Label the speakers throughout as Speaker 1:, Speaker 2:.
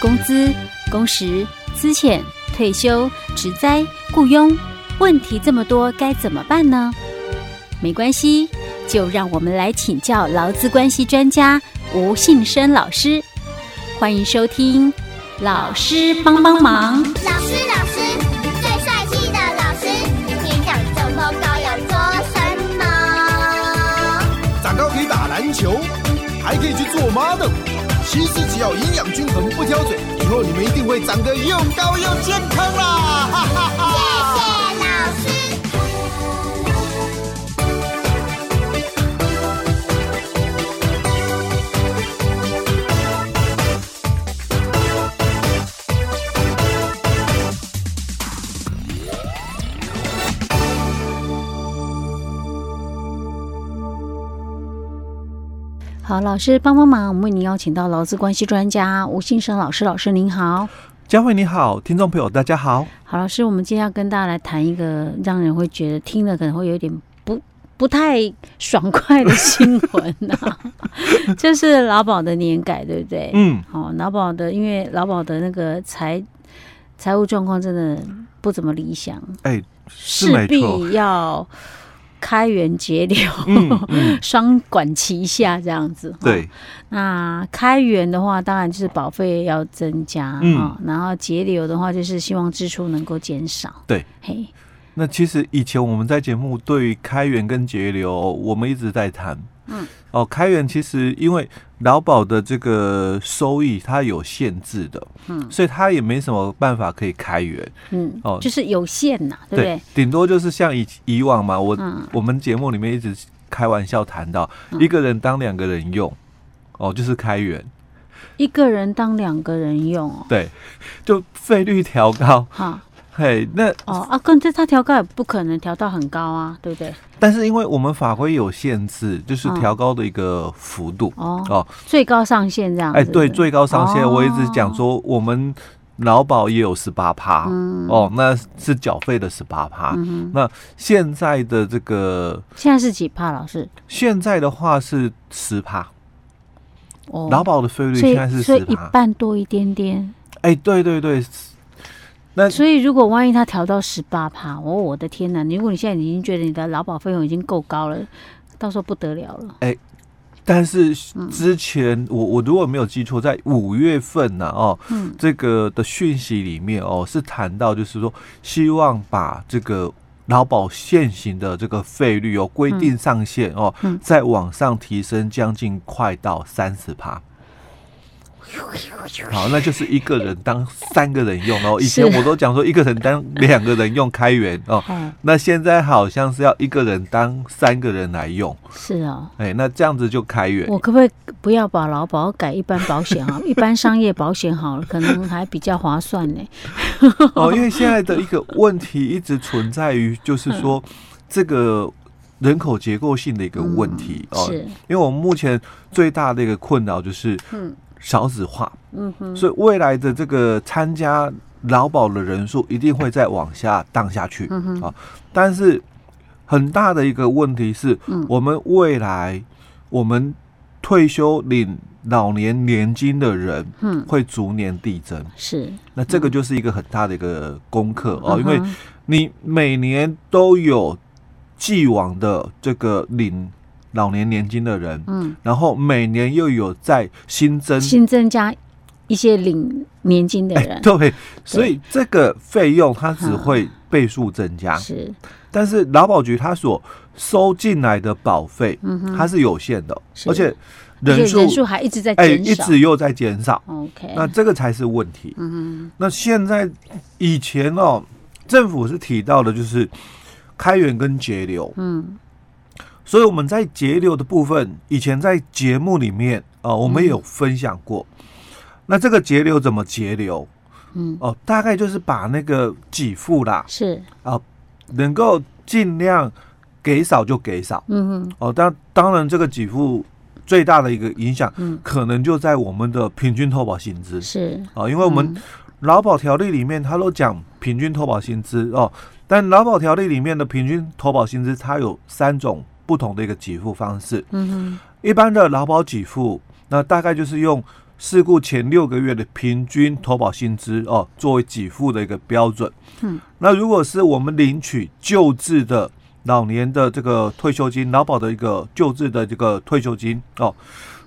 Speaker 1: 工资、工时、资遣、退休、职灾、雇佣，问题这么多，该怎么办呢？没关系，就让我们来请教劳资关系专家吴信生老师。欢迎收听《老师帮帮忙》。
Speaker 2: 老师，老师，最帅气的老师，你长这么高要做什么？
Speaker 3: 长高可以打篮球，还可以去做 model。其实只要营养均衡，不挑嘴，以后你们一定会长得又高又健康啦！哈哈哈
Speaker 2: 谢谢哎老师。
Speaker 1: 好，老师帮帮忙，我们为您邀请到劳资关系专家吴信生老师。老师您好，
Speaker 4: 佳慧你好，听众朋友大家好。
Speaker 1: 好老师，我们今天要跟大家来谈一个让人会觉得听了可能会有点不不太爽快的新闻呐、 就是劳保的年改，对不对？
Speaker 4: 嗯，
Speaker 1: 好、劳保的，因为劳保的那个财财务状况真的不怎么理想，
Speaker 4: 哎、是
Speaker 1: 势
Speaker 4: 没错
Speaker 1: 必啊要开源节流，
Speaker 4: 嗯 嗯
Speaker 1: 双管齐下这样子。哈
Speaker 4: 对，
Speaker 1: 那开源的话，当然就是保费要增加啊、
Speaker 4: 嗯
Speaker 1: 哈然后节流的话，就是希望支出能够减少。
Speaker 4: 对，
Speaker 1: 嘿，
Speaker 4: 那其实以前我们在节目对于开源跟节流，我们一直在谈。
Speaker 1: 嗯，
Speaker 4: 哦，开源其实因为劳保的这个收益它有限制的，
Speaker 1: 嗯
Speaker 4: 所以它也没什么办法可以开源。
Speaker 1: 嗯，
Speaker 4: 哦
Speaker 1: 就是有限呐、对不对？，
Speaker 4: 顶多就是像以以往嘛，我、
Speaker 1: 嗯
Speaker 4: 我们节目里面一直开玩笑谈到，一个人当两个人用，哦，就是开源。
Speaker 1: 一个人当两个人用哦，
Speaker 4: 对，就费率调高，
Speaker 1: 哈
Speaker 4: 嘿，那
Speaker 1: 哦啊，跟这他调高也不可能调到很高啊，对不对？
Speaker 4: 但是因为我们法规有限制，就是
Speaker 1: 嗯
Speaker 4: 调高的一个幅度、
Speaker 1: 哦
Speaker 4: 哦。
Speaker 1: 最高上限这样子。
Speaker 4: 哎，
Speaker 1: 是
Speaker 4: 对，
Speaker 1: 不是
Speaker 4: 最高上限
Speaker 1: 哦
Speaker 4: 我一直讲说，我们劳保也有十八趴
Speaker 1: 嗯
Speaker 4: 哦，那是缴费的十八趴。
Speaker 1: 嗯哼，
Speaker 4: 那现在的这个
Speaker 1: 现在是几帕老师？
Speaker 4: 现在的话是十趴，
Speaker 1: 哦，
Speaker 4: 劳保的费率
Speaker 1: 所
Speaker 4: 现
Speaker 1: 以
Speaker 4: 在是
Speaker 1: 所以
Speaker 4: 十
Speaker 1: 一
Speaker 4: 趴。
Speaker 1: 半多一点点。
Speaker 4: 哎，对对对，那
Speaker 1: 所以如果万一他调到十八趴，哦，我的天哪！如果你现在已经觉得你的劳保费用已经够高了，到时候不得了了。
Speaker 4: 但是
Speaker 1: 嗯
Speaker 4: 之前我我如果没有记错，在五月份呢、哦，
Speaker 1: 嗯
Speaker 4: 这个的讯息里面哦，是谈到就是说，希望把这个劳保现行的这个费率哦规定上限哦，
Speaker 1: 嗯
Speaker 4: 再往上提升，将近快到三十趴。好，那就是一个人当三个人用哦。以前
Speaker 1: 是
Speaker 4: 我都讲说一个人当两个人用开源哦，
Speaker 1: 哎，
Speaker 4: 那现在好像是要一个人当三个人来用，
Speaker 1: 是哦，
Speaker 4: 哎，那这样子就开源。
Speaker 1: 我可不可以不要把劳保改 一般保险啊？一般商业保险好了，可能还比较划算呢。
Speaker 4: 哦，因为现在的一个问题一直存在于，就是
Speaker 1: 嗯
Speaker 4: 说这个人口结构性的一个问题、哦。
Speaker 1: 嗯是，
Speaker 4: 因为我们目前最大的一个困扰就是
Speaker 1: 嗯
Speaker 4: 少子化，
Speaker 1: 嗯哼，
Speaker 4: 所以未来的这个参加劳保的人数一定会再往下荡下去啊、
Speaker 1: 嗯哼
Speaker 4: 哦但是很大的一个问题是
Speaker 1: 嗯，
Speaker 4: 我们未来我们退休领老年年金的人
Speaker 1: 嗯，
Speaker 4: 会逐年递增。
Speaker 1: 是
Speaker 4: 那这个就是一个很大的一个功课哦，因为
Speaker 1: 嗯哼
Speaker 4: 你每年都有既往的这个领老年年金的人，
Speaker 1: 嗯，
Speaker 4: 然后每年又有在新增，哎
Speaker 1: 新增加一些领年金的人。
Speaker 4: 对，所以这个费用它只会倍数增加，
Speaker 1: 是，
Speaker 4: 但是劳保局它所收进来的保费
Speaker 1: 嗯哼，
Speaker 4: 它是有限的，
Speaker 1: 是
Speaker 4: 而且
Speaker 1: 而且
Speaker 4: 人数
Speaker 1: 人数还一直在
Speaker 4: 哎
Speaker 1: 减
Speaker 4: 一
Speaker 1: 少。
Speaker 4: 直又在减少，
Speaker 1: OK，
Speaker 4: 那这个才是问题。
Speaker 1: 嗯
Speaker 4: 那现在以前哦，政府是提到的就是开源跟节流，
Speaker 1: 哼嗯
Speaker 4: 所以我们在节流的部分，以前在节目里面啊、
Speaker 1: 嗯
Speaker 4: 呃我们也有分享过。那这个节流怎么节流？
Speaker 1: 嗯，
Speaker 4: 哦、大概就是把那个给付啦，啊
Speaker 1: 是，
Speaker 4: 能够尽量给少就给少
Speaker 1: 嗯哼，
Speaker 4: 哦。当、当然，这个给付最大的一个影响，
Speaker 1: 嗯
Speaker 4: 可能就在我们的平均投保薪资
Speaker 1: 是，
Speaker 4: 啊、哦因为我们
Speaker 1: 嗯
Speaker 4: 劳保条例里面，它都讲平均投保薪资哦，但劳保条例里面的平均投保薪资，它有三种不同的一个给付方式。
Speaker 1: 嗯哼，
Speaker 4: 一般的劳保给付，那大概就是用事故前六个月的平均投保薪资哦，作为给付的一个标准。
Speaker 1: 嗯，
Speaker 4: 那如果是我们领取救治的老年的这个退休金，劳保的一个救治的这个退休金哦，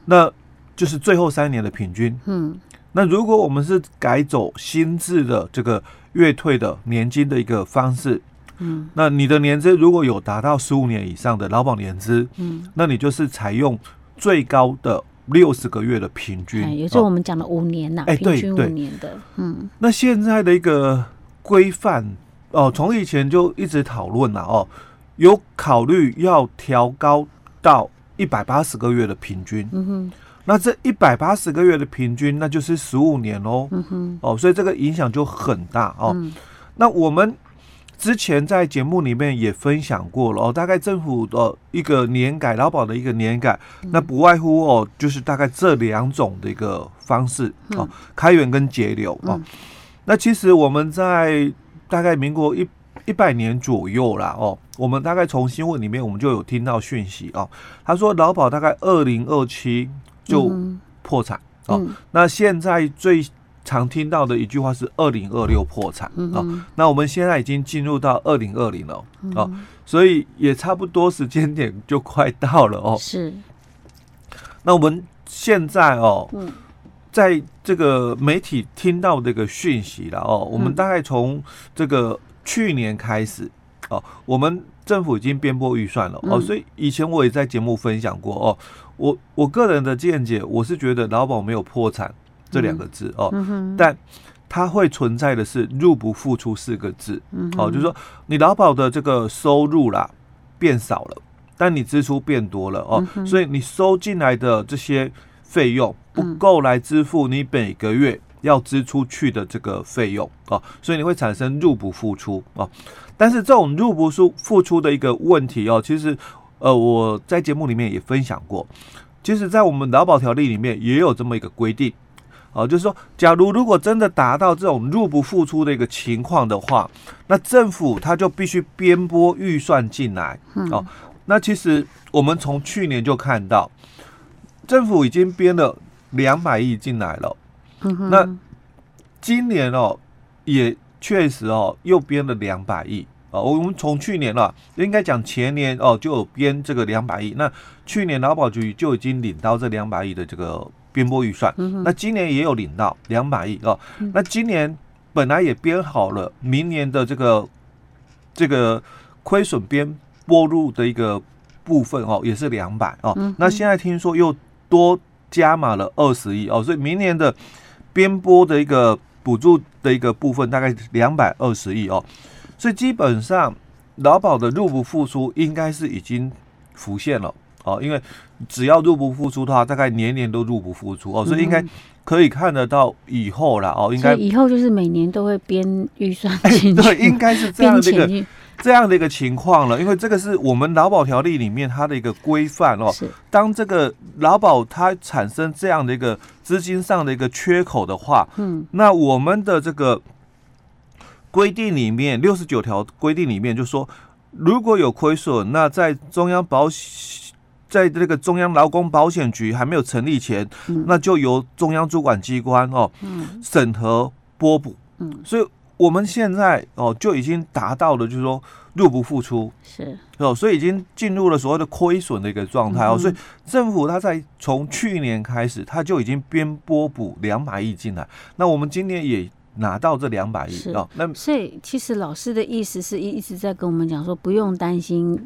Speaker 4: 那就是最后三年的平均。
Speaker 1: 嗯
Speaker 4: 那如果我们是改走新制的这个月退的年金的一个方式，
Speaker 1: 嗯
Speaker 4: 那你的年资如果有达到十五年以上的劳保年资，
Speaker 1: 嗯，
Speaker 4: 那你就是采用最高的六十个月的平均。
Speaker 1: 哎，也就是我
Speaker 4: 哦
Speaker 1: 们讲的五年呐，
Speaker 4: 哎
Speaker 1: 平
Speaker 4: 对
Speaker 1: 均五
Speaker 4: 对
Speaker 1: 年的，嗯
Speaker 4: 那现在的一个规范哦，从以前就一直讨论了哦，有考虑要调高到一百八十个月的平均。
Speaker 1: 嗯哼
Speaker 4: 那这一百八十个月的平均，那就是十五年哦。
Speaker 1: 嗯哼，
Speaker 4: 哦，所以这个影响就很大哦。
Speaker 1: 嗯
Speaker 4: 那我们之前在节目里面也分享过了哦，大概政府的一个年改劳保的一个年改，
Speaker 1: 嗯
Speaker 4: 那不外乎哦，就是大概这两种的一个方式哦，开源跟节流哦。
Speaker 1: 嗯
Speaker 4: 那其实我们在大概民国一一百年左右啦哦，我们大概从新闻里面我们就有听到讯息哦，他说劳保大概二零二七就
Speaker 1: 嗯
Speaker 4: 破产、哦。
Speaker 1: 嗯
Speaker 4: 那现在最常听到的一句话是“二零二六破产”
Speaker 1: 嗯
Speaker 4: 啊、
Speaker 1: 哼
Speaker 4: 那我们现在已经进入到二零二零了
Speaker 1: 嗯
Speaker 4: 哦，所以也差不多时间点就快到了哦。
Speaker 1: 是
Speaker 4: 那我们现在哦，
Speaker 1: 嗯
Speaker 4: 在这个媒体听到这个讯息了哦，我们
Speaker 1: 嗯
Speaker 4: 大概从这个去年开始哦，我们政府已经编拨预算了哦，
Speaker 1: 嗯
Speaker 4: 所以以前我也在节目分享过哦，我我个人的见解，我是觉得劳保没有破产这两个字哦，
Speaker 1: 嗯哼
Speaker 4: 但它会存在的是入不敷出四个字，
Speaker 1: 嗯
Speaker 4: 哦，
Speaker 1: 哼
Speaker 4: 就是说你劳保的这个收入啦变少了，但你支出变多了哦
Speaker 1: 嗯，哼
Speaker 4: 所以你收进来的这些费用不
Speaker 1: 嗯
Speaker 4: 够来支付你每个月要支出去的这个费用哦，所以你会产生入不敷出哦。但是这种入不敷付出的一个问题哦，其实呃我在节目里面也分享过，其实，在我们劳保条例里面也有这么一个规定。哦，就是说，假如如果真的达到这种入不敷出的一个情况的话，那政府它就必须编拨预算进来。
Speaker 1: 嗯
Speaker 4: 哦，那其实我们从去年就看到，政府已经编了两百亿进来了，
Speaker 1: 嗯哼
Speaker 4: 那今年哦也确实哦又编了两百亿。哦，我们从去年了，应该讲前年哦就有编这个两百亿，那去年劳保局就已经领到这两百亿的这个编拨预算，
Speaker 1: 嗯哼嗯
Speaker 4: 那今年也有领到两百亿哦。那今年本来也编好了明年的这个这个亏损编拨入的一个部分哦，也是两百哦。
Speaker 1: 嗯哼
Speaker 4: 那现在听说又多加码了二十亿哦，所以明年的编拨的一个补助的一个部分大概两百二十亿哦。所以基本上劳保的入不敷出应该是已经浮现了哦，因为只要入不敷出的话，大概年年都入不敷出哦，所以应该
Speaker 1: 嗯
Speaker 4: 可以看得到以后啦哦，应
Speaker 1: 所
Speaker 4: 该
Speaker 1: 以以后就是每年都会编 预算
Speaker 4: 哎
Speaker 1: 进去，
Speaker 4: 对，应该是这样
Speaker 1: 编
Speaker 4: 的一
Speaker 1: 钱
Speaker 4: 个
Speaker 1: 去
Speaker 4: 这样的一个情况了，因为这个是我们劳保条例里面它的一个规范哦。
Speaker 1: 是
Speaker 4: 当这个劳保它产生这样的一个资金上的一个缺口的话，
Speaker 1: 嗯
Speaker 4: 那我们的这个规定里面，六十九条规定里面就说，如果有亏损，那在中央保险，在这个中央劳工保险局还没有成立前，
Speaker 1: 嗯
Speaker 4: 那就由中央主管机关哦
Speaker 1: 嗯
Speaker 4: 审核拨补。
Speaker 1: 嗯
Speaker 4: 所以我们现在哦就已经达到了，就是说入不敷出。
Speaker 1: 是
Speaker 4: 哦，所以已经进入了所谓的亏损的一个状态哦，
Speaker 1: 嗯哼
Speaker 4: 所以政府它在从去年开始，它就已经编拨补两百亿进来，那我们今年也拿到这两百亿
Speaker 1: 是
Speaker 4: 哦，那
Speaker 1: 所以其实老师的意思是一一直在跟我们讲说，不用担心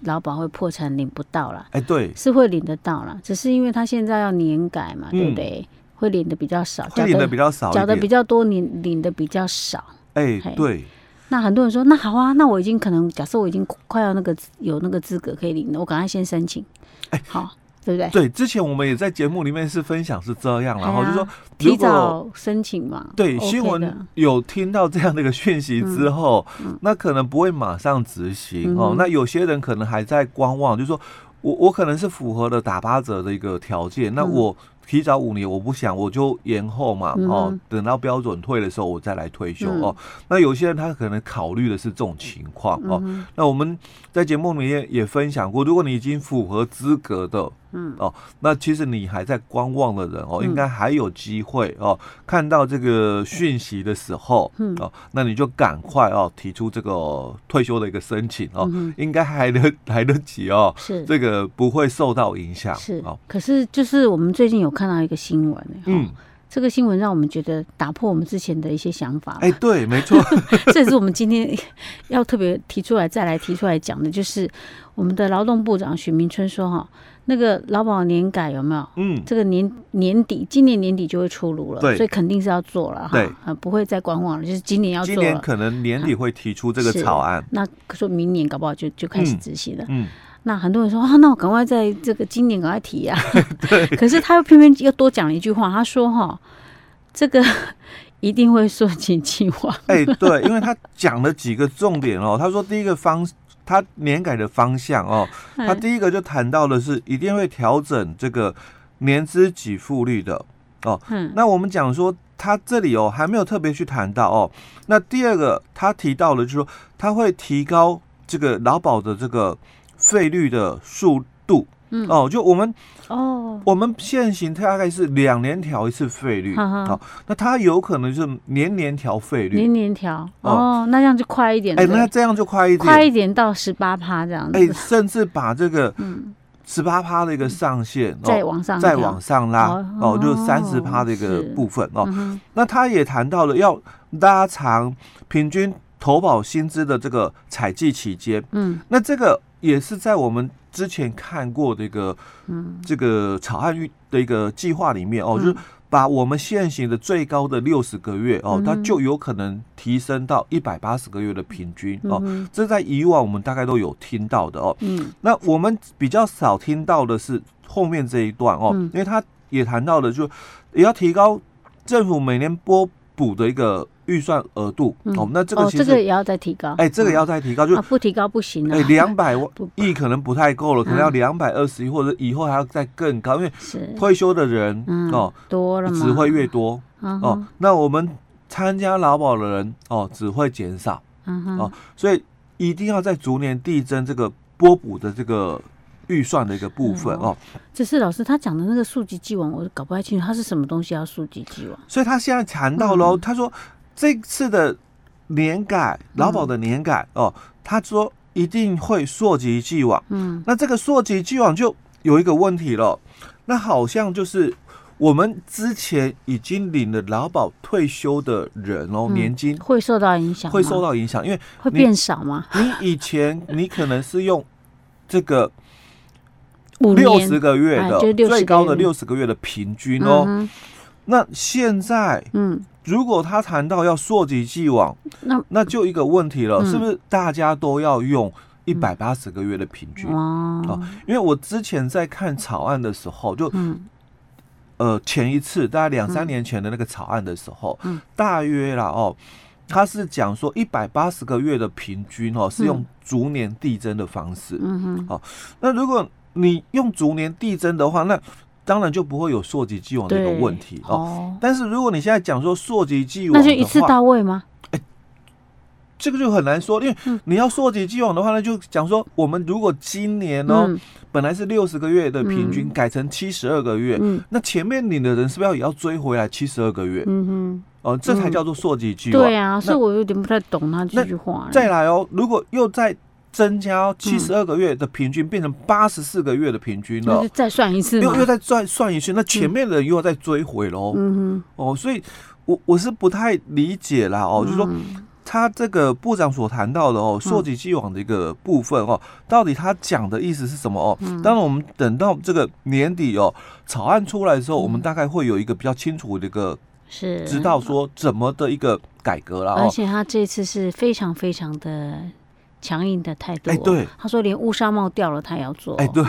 Speaker 1: 劳保会破产领不到啦，
Speaker 4: 哎对，
Speaker 1: 是会领得到啦，只是因为他现在要年改嘛，对不
Speaker 4: 嗯
Speaker 1: 对？会领的比较少，
Speaker 4: 会领的比较少
Speaker 1: 缴的
Speaker 4: 一
Speaker 1: 比
Speaker 4: 点，
Speaker 1: 较多，领领的比较少。
Speaker 4: 哎
Speaker 1: 嘿
Speaker 4: 对，
Speaker 1: 那很多人说，那好啊，那我已经可能假设我已经快要那个有那个资格可以领了，我赶快先申请，
Speaker 4: 哎
Speaker 1: 好，对不对？
Speaker 4: 对，之前我们也在节目里面是分享是这样啦，然后
Speaker 1: 哎
Speaker 4: 就
Speaker 1: 呀
Speaker 4: 说
Speaker 1: 提
Speaker 4: 如果
Speaker 1: 早申请嘛。
Speaker 4: 对
Speaker 1: OK
Speaker 4: 新
Speaker 1: 的
Speaker 4: 闻有听到这样的一个讯息之后，那可能不会马上执行、
Speaker 1: 嗯
Speaker 4: 哦
Speaker 1: 哼。
Speaker 4: 那有些人可能还在观望，就说我我可能是符合了打八折的一个条件，那
Speaker 1: 嗯
Speaker 4: 我提早五年我不想，我就延后嘛、
Speaker 1: 嗯
Speaker 4: 哦
Speaker 1: 哼，
Speaker 4: 等到标准退的时候我再来退休、
Speaker 1: 嗯
Speaker 4: 哦。那有些人他可能考虑的是这种情况、哦。
Speaker 1: 嗯
Speaker 4: 那我们在节目里面也分享过，如果你已经符合资格的
Speaker 1: 嗯
Speaker 4: 哦，那其实你还在观望的人哦，应该还有机会哦。看到这个讯息的时候，
Speaker 1: 嗯
Speaker 4: 哦，那你就赶快哦提出这个哦退休的一个申请哦，应该还得来得及哦，
Speaker 1: 嗯是
Speaker 4: 这个不会受到影响
Speaker 1: 是
Speaker 4: 哦。，
Speaker 1: 可是就是我们最近有看到一个新闻、欸，
Speaker 4: 嗯，
Speaker 1: 这个新闻让我们觉得打破我们之前的一些想法，
Speaker 4: 哎、对，没 错，
Speaker 1: 这也是我们今天要特别提出来再来提出来讲的，就是我们的劳动部长许明春说哈，那个劳保年改有没有？
Speaker 4: 嗯，
Speaker 1: 这个年年底，今年年底就会出炉了，
Speaker 4: 对
Speaker 1: 所以肯定是要做了哈，
Speaker 4: 对
Speaker 1: 啊，不会再观望了，就是今年要
Speaker 4: 今
Speaker 1: 做
Speaker 4: 年
Speaker 1: 了。
Speaker 4: 可能年底会提出这个
Speaker 1: 是
Speaker 4: 草案，
Speaker 1: 那可说明年搞不好就就开始
Speaker 4: 嗯
Speaker 1: 执行了。
Speaker 4: 嗯，
Speaker 1: 那很多人说啊，那我赶快在这个今年赶快提 啊。可是他又偏偏又多讲了一句话，他说哈，这个 一定会说景气化。
Speaker 4: 哎、对，因为他讲了几个重点哦，他说第一个方。他年改的方向哦，他
Speaker 1: 嗯
Speaker 4: 第一个就谈到的是一定会调整这个年资给付率的哦。
Speaker 1: 嗯
Speaker 4: 那我们讲说，他这里哦还没有特别去谈到哦。那第二个他提到了，就是说他会提高这个劳保的这个费率的速度。
Speaker 1: 嗯
Speaker 4: 哦，就我们
Speaker 1: 哦，
Speaker 4: 我们现行大概是两年调一次费率，
Speaker 1: 哈哈
Speaker 4: 好、那他有可能就是年年调费率，
Speaker 1: 年年调
Speaker 4: 哦
Speaker 1: 哦，那这样就快一点，
Speaker 4: 哎、
Speaker 1: 对
Speaker 4: 那这样就快一点，
Speaker 1: 快一点到十八趴这样
Speaker 4: 哎、
Speaker 1: 子，
Speaker 4: 甚至把这个
Speaker 1: 嗯，
Speaker 4: 十八趴的一个上限、哦、
Speaker 1: 再往上
Speaker 4: 再
Speaker 1: 调
Speaker 4: 往上拉
Speaker 1: 哦
Speaker 4: 哦，就三十趴的一个
Speaker 1: 是
Speaker 4: 部分哦。
Speaker 1: 嗯哼
Speaker 4: 那他也谈到了要拉长平均投保薪资的这个采集期间，
Speaker 1: 嗯
Speaker 4: 那这个也是在我们之前看过的一个
Speaker 1: 嗯
Speaker 4: 这个草案预的一个计划里面哦，就是把我们现行的最高的六十个月哦，它
Speaker 1: 嗯
Speaker 4: 就有可能提升到一百八十个月的平均
Speaker 1: 嗯
Speaker 4: 哦。
Speaker 1: 哼
Speaker 4: 这在以往我们大概都有听到的哦，
Speaker 1: 嗯
Speaker 4: 那我们比较少听到的是后面这一段哦，
Speaker 1: 嗯
Speaker 4: 因为他也谈到了，就也要提高政府每年拨补的一个预算额度、
Speaker 1: 嗯
Speaker 4: 哦。那这个
Speaker 1: 哦，
Speaker 4: 其
Speaker 1: 这
Speaker 4: 实，
Speaker 1: 个也要再提高，
Speaker 4: 哎、这个也要再提高，就
Speaker 1: 啊，不提高不行啊
Speaker 4: 哎，两百万
Speaker 1: 不
Speaker 4: 亿可能不太够了，可能要
Speaker 1: 嗯
Speaker 4: 两百二十亿，或者以后还要再更高，因为
Speaker 1: 是
Speaker 4: 退休的人、
Speaker 1: 嗯
Speaker 4: 哦
Speaker 1: 多了嘛，
Speaker 4: 只会越多
Speaker 1: 嗯
Speaker 4: 哦、
Speaker 1: 哼
Speaker 4: 那我们参加劳保的人哦只会减少。
Speaker 1: 嗯
Speaker 4: 哦
Speaker 1: 哼，
Speaker 4: 所以一定要在逐年递增这个拨补的这个预算的一个部分
Speaker 1: 哦
Speaker 4: 哦。
Speaker 1: 只是老师他讲的那个溯及既往，我搞不太清楚他是什么东西要溯及既往，
Speaker 4: 所以他现在谈到喽，
Speaker 1: 嗯
Speaker 4: 他说这次的年改，劳保的年改哦，他说一定会溯及既往。
Speaker 1: 嗯
Speaker 4: 那这个溯及既往就有一个问题了，那好像就是。我们之前已经领了劳保退休的人哦，
Speaker 1: 嗯
Speaker 4: 年金
Speaker 1: 会受到影响吗，
Speaker 4: 会受到影响，因为
Speaker 1: 会
Speaker 4: 你
Speaker 1: 变少吗？
Speaker 4: 你以前你可能是用这个
Speaker 1: 五
Speaker 4: 六
Speaker 1: 年
Speaker 4: 十个月
Speaker 1: 哎
Speaker 4: 的、
Speaker 1: 就是60
Speaker 4: 最高的
Speaker 1: 个月
Speaker 4: 六十个月的平均哦。
Speaker 1: 嗯哼
Speaker 4: 那现在
Speaker 1: 嗯，
Speaker 4: 如果他谈到要溯及既往，
Speaker 1: 那
Speaker 4: 那就一个问题了，
Speaker 1: 嗯
Speaker 4: 是不是大家都要用一百八十个月的平均？
Speaker 1: 哇
Speaker 4: 哦，因为我之前在看草案的时候，就
Speaker 1: 嗯
Speaker 4: 呃前一次大概两
Speaker 1: 嗯
Speaker 4: 三年前的那个草案的时候，
Speaker 1: 嗯
Speaker 4: 大约啦哦，他是讲说一百八十个月的平均哦是用
Speaker 1: 嗯
Speaker 4: 逐年递增的方式，
Speaker 1: 嗯哼，
Speaker 4: 那如果你用逐年递增的话，那当然就不会有溯及既往的一个
Speaker 1: 对
Speaker 4: 问题哦。
Speaker 1: 哦，
Speaker 4: 但是如果你现在讲说溯及既往
Speaker 1: 那
Speaker 4: 的
Speaker 1: 就
Speaker 4: 话，
Speaker 1: 一次到位吗？
Speaker 4: 这个就很难说，因为
Speaker 1: 嗯
Speaker 4: 你要溯及既往的话，那就讲说我们如果今年哦、
Speaker 1: 嗯
Speaker 4: 本来是六十个月的平均，
Speaker 1: 嗯
Speaker 4: 改成七十二个月，
Speaker 1: 嗯
Speaker 4: 那前面领的人是不是要也要追回来七十二个月？
Speaker 1: 嗯哼，
Speaker 4: 哦、这才
Speaker 1: 嗯
Speaker 4: 叫做溯及既往。
Speaker 1: 对啊，所以
Speaker 4: 那
Speaker 1: 我有点不太懂他这
Speaker 4: 那
Speaker 1: 句话。
Speaker 4: 哦再来哦，如果又再增
Speaker 1: 嗯
Speaker 4: 加哦七十二个月的平均，变成八十四个月的平均了、
Speaker 1: 那就再算一次嘛
Speaker 4: 又。又再算算一次，那前面的人又要再追回喽、
Speaker 1: 嗯哼，
Speaker 4: 哦，所以我我是不太理解啦哦，就是说
Speaker 1: 嗯
Speaker 4: 他这个部长所谈到的哦，溯及既往的一个部分哦，到底他讲的意思是什么哦？
Speaker 1: 嗯
Speaker 4: 当然，我们等到这个年底哦，草案出来的时
Speaker 1: 嗯
Speaker 4: 候，我们大概会有一个比较清楚的一个
Speaker 1: 是
Speaker 4: 知道说怎么的一个改革啦
Speaker 1: 而
Speaker 4: 哦。
Speaker 1: 且他这次是非常非常的强硬的态度、哦。
Speaker 4: 哎对，
Speaker 1: 他说连乌纱帽掉了他也要做、哦
Speaker 4: 哎，对，，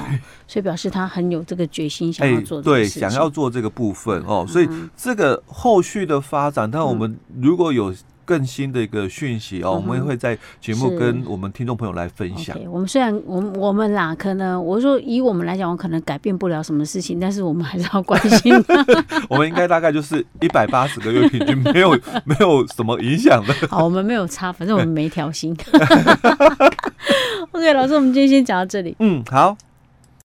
Speaker 1: 所以表示他很有这个决心想要
Speaker 4: 哎
Speaker 1: 做，这
Speaker 4: 对，
Speaker 1: 个事情。嗯
Speaker 4: 想要做这个部分哦，所以这个后续的发展，但我们如果有更新的一个讯息哦，我们也会在节目
Speaker 1: 嗯是
Speaker 4: 跟我们听众朋友来分享。
Speaker 1: OK，我们虽然我们我们啦，可能我说以我们来讲，我可能改变不了什么事情，但是我们还是要关心
Speaker 4: 我们应该大概就是一百八十个月平均，没有没有什么影响的。
Speaker 1: 好，我们没有差，反正我们没调薪。OK，老师，我们今天先讲到这里。
Speaker 4: 嗯，好，